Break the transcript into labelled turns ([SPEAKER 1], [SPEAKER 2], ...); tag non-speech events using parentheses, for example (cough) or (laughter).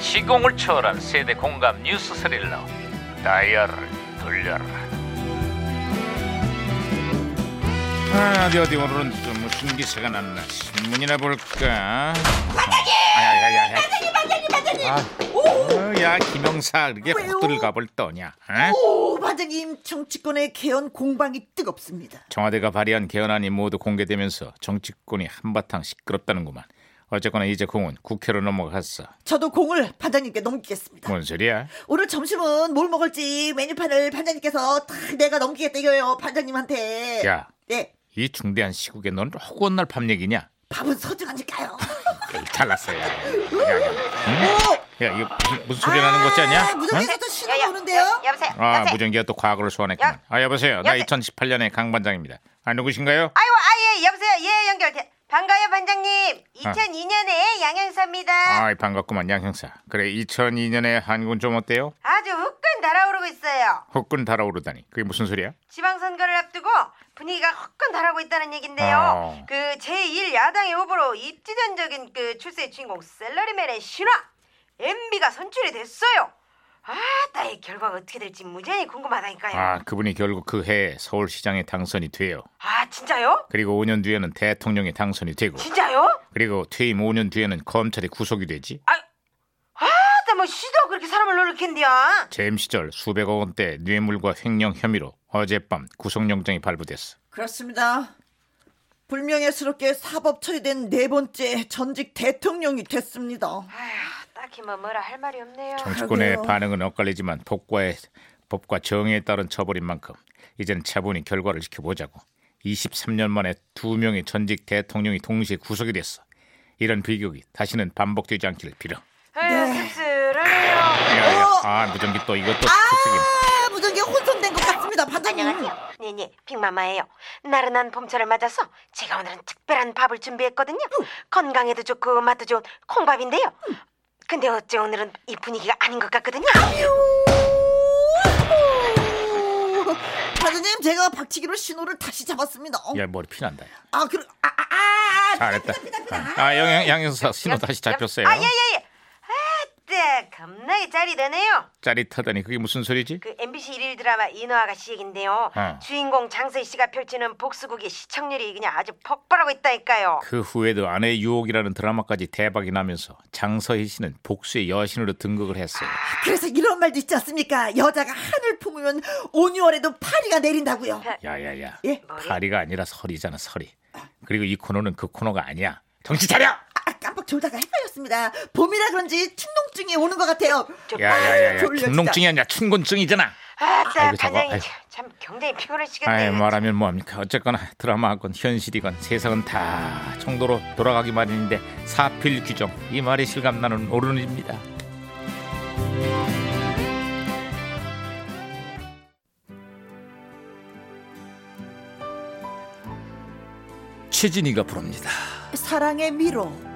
[SPEAKER 1] 시공을 초월한 세대 공감 뉴스 스릴러 다이얼을 돌려라 아, 어디 어디 오늘은 또 무슨 기사가 났나 신문이나 볼까 반장님! 아야야야야 반장님 반장님 반장님 아, 어, 야 김영사 이렇게
[SPEAKER 2] 왜요?
[SPEAKER 1] 호들갑을 떠냐 어?
[SPEAKER 2] 오 반장님 정치권의 개헌 공방이 뜨겁습니다.
[SPEAKER 1] 청와대가 발의한 개헌안이 모두 공개되면서 정치권이 한바탕 시끄럽다는구만 어쨌거나 이제 공은 국회로 넘어갔어
[SPEAKER 2] 저도 공을 반장님께 넘기겠습니다.
[SPEAKER 1] 뭔 소리야
[SPEAKER 2] 오늘 점심은 뭘 먹을지 메뉴판을 반장님께서 다 내가 넘기겠다 이거예요 반장님한테.
[SPEAKER 1] 야.
[SPEAKER 2] 네.
[SPEAKER 1] 이 중대한 시국에 넌 허구한 날 밤 얘기냐? (laughs)
[SPEAKER 2] 밥은 소중하니까요.
[SPEAKER 1] 잘났어요. 야, 야, 야, 이거 무슨, 무슨 소리 나는 어, 것 같지 않냐? 응?
[SPEAKER 2] 아, 무전기에서 신호가 오는데요.
[SPEAKER 3] 여보세요.
[SPEAKER 1] 아,
[SPEAKER 3] 여보세요?
[SPEAKER 1] 무전기가 또 과거를 소환했구만.
[SPEAKER 3] 여-
[SPEAKER 1] 아, 여보세요. 나
[SPEAKER 3] 여보세요?
[SPEAKER 1] 2018년의 강 반장입니다. 아, 누구신가요?
[SPEAKER 3] 아이고 아예 여보세요. 예 연결돼. 반가워요 반장님. 2002년에 양형사입니다.
[SPEAKER 1] 아, 반갑구만, 양 형사. 그래, 2002년에 한국은 좀 어때요?
[SPEAKER 3] 아주 후끈 달아오르고 있어요.
[SPEAKER 1] 후끈 달아오르다니. 그게 무슨 소리야?
[SPEAKER 3] 지방선거를 앞두고 분위기가 후끈 달아오고 있다는 얘긴데요.
[SPEAKER 1] 아.
[SPEAKER 3] 그 제1 야당의 후보로 입지전적인 그 출세의 주인공 셀러리맨의 신화 MB가 선출이 됐어요. 아따이 결과가 어떻게 될지 무지하게 궁금하다니까요. 아,
[SPEAKER 1] 아, 그분이 결국 그 해 서울시장에 당선이 돼요.
[SPEAKER 3] 아, 진짜요?
[SPEAKER 1] 그리고 5년 뒤에는 대통령에 당선이 되고,
[SPEAKER 3] 진짜요?
[SPEAKER 1] 그리고 퇴임 5년 뒤에는 검찰에 구속이 되지.
[SPEAKER 3] 아따 뭐 시도 그렇게 사람을 놀리겠냐?
[SPEAKER 1] 재임 시절 수백억 원대 뇌물과 횡령 혐의로 어젯밤 구속영장이 발부됐어.
[SPEAKER 2] 그렇습니다. 불명예스럽게 사법 처리된 네 번째 전직 대통령이 됐습니다.
[SPEAKER 3] 아휴, 딱히 뭐 뭐라 할 말이 없네요.
[SPEAKER 1] 정치권의
[SPEAKER 2] 아이고야.
[SPEAKER 1] 반응은 엇갈리지만 법과의 법과 정의에 따른 처벌인 만큼 이젠 차분히 결과를 지켜보자고. 23년 만에 두 명의 전직 대통령이 동시에 구속이 됐어. 이런 비극이 다시는 반복되지 않기를 빌어.
[SPEAKER 3] 아유,
[SPEAKER 2] 네.
[SPEAKER 1] 야,
[SPEAKER 3] 씁쓸하네요.
[SPEAKER 1] 야.
[SPEAKER 2] 어.
[SPEAKER 1] 아 무전기 또 이것도 속쓰긴.
[SPEAKER 2] 아 무전기 혼선된 것 같습니다 반장님.
[SPEAKER 3] 안녕하세요. 네네, 빅마마예요. 나른한 봄철을 맞아서 제가 오늘은 특별한 밥을 준비했거든요. 건강에도 좋고 맛도 좋은 콩밥인데요. 근데 어째 오늘은 이 분위기가 아닌 것 같거든요.
[SPEAKER 2] 반장님 제가 박치기로 신호를 다시 잡았습니다. 어?
[SPEAKER 1] 야 머리 피난다. 야.
[SPEAKER 2] 아 그래 아아아
[SPEAKER 1] 예. 잘했다. 아 양- 양형사 신호 다시 잡혔어요.
[SPEAKER 3] 아, 예, 예, 예. 아따, 겁나게 짤이 되네요.
[SPEAKER 1] 짜릿하다니 그게 무슨 소리지?
[SPEAKER 3] 그 MBC 일일 드라마 인어 아가씨 얘긴데요.
[SPEAKER 1] 어.
[SPEAKER 3] 주인공 장서희 씨가 펼치는 복수극의 시청률이 그냥 아주 폭발하고 있다니까요.
[SPEAKER 1] 그 후에도 아내의 유혹이라는 드라마까지 대박이 나면서 장서희 씨는 복수의 여신으로 등극을 했어요.
[SPEAKER 2] 그래서 이런 말도 있지 않습니까? 여자가 하늘 품으면 온유월에도 파리가 내린다고요.
[SPEAKER 1] 야야야.
[SPEAKER 2] 예?
[SPEAKER 1] 파리가 아니라 설이잖아, 설이. 그리고 이 코너는 그 코너가 아니야. 정신 차려.
[SPEAKER 2] 아 깜빡 졸다가 헷갈렸습니다. 봄이라 그런지 충동증이 오는 것 같아요.
[SPEAKER 1] 야야야야.
[SPEAKER 2] 졸려, 진짜.
[SPEAKER 1] 중농증이 아니라 춘곤증이잖아.
[SPEAKER 3] 아따
[SPEAKER 1] 아이고, 잡아.
[SPEAKER 3] 반장님
[SPEAKER 1] 아이고.
[SPEAKER 3] 참 굉장히
[SPEAKER 1] 아이
[SPEAKER 3] 피곤하시겠네요.
[SPEAKER 1] 말하면 뭐합니까. 어쨌거나 드라마건 현실이건 세상은 다 정도로 돌아가기 마련인데 사필 규정 이 말의 실감 나는 오른입니다. 최진이가 부릅니다.
[SPEAKER 2] 사랑의 미로.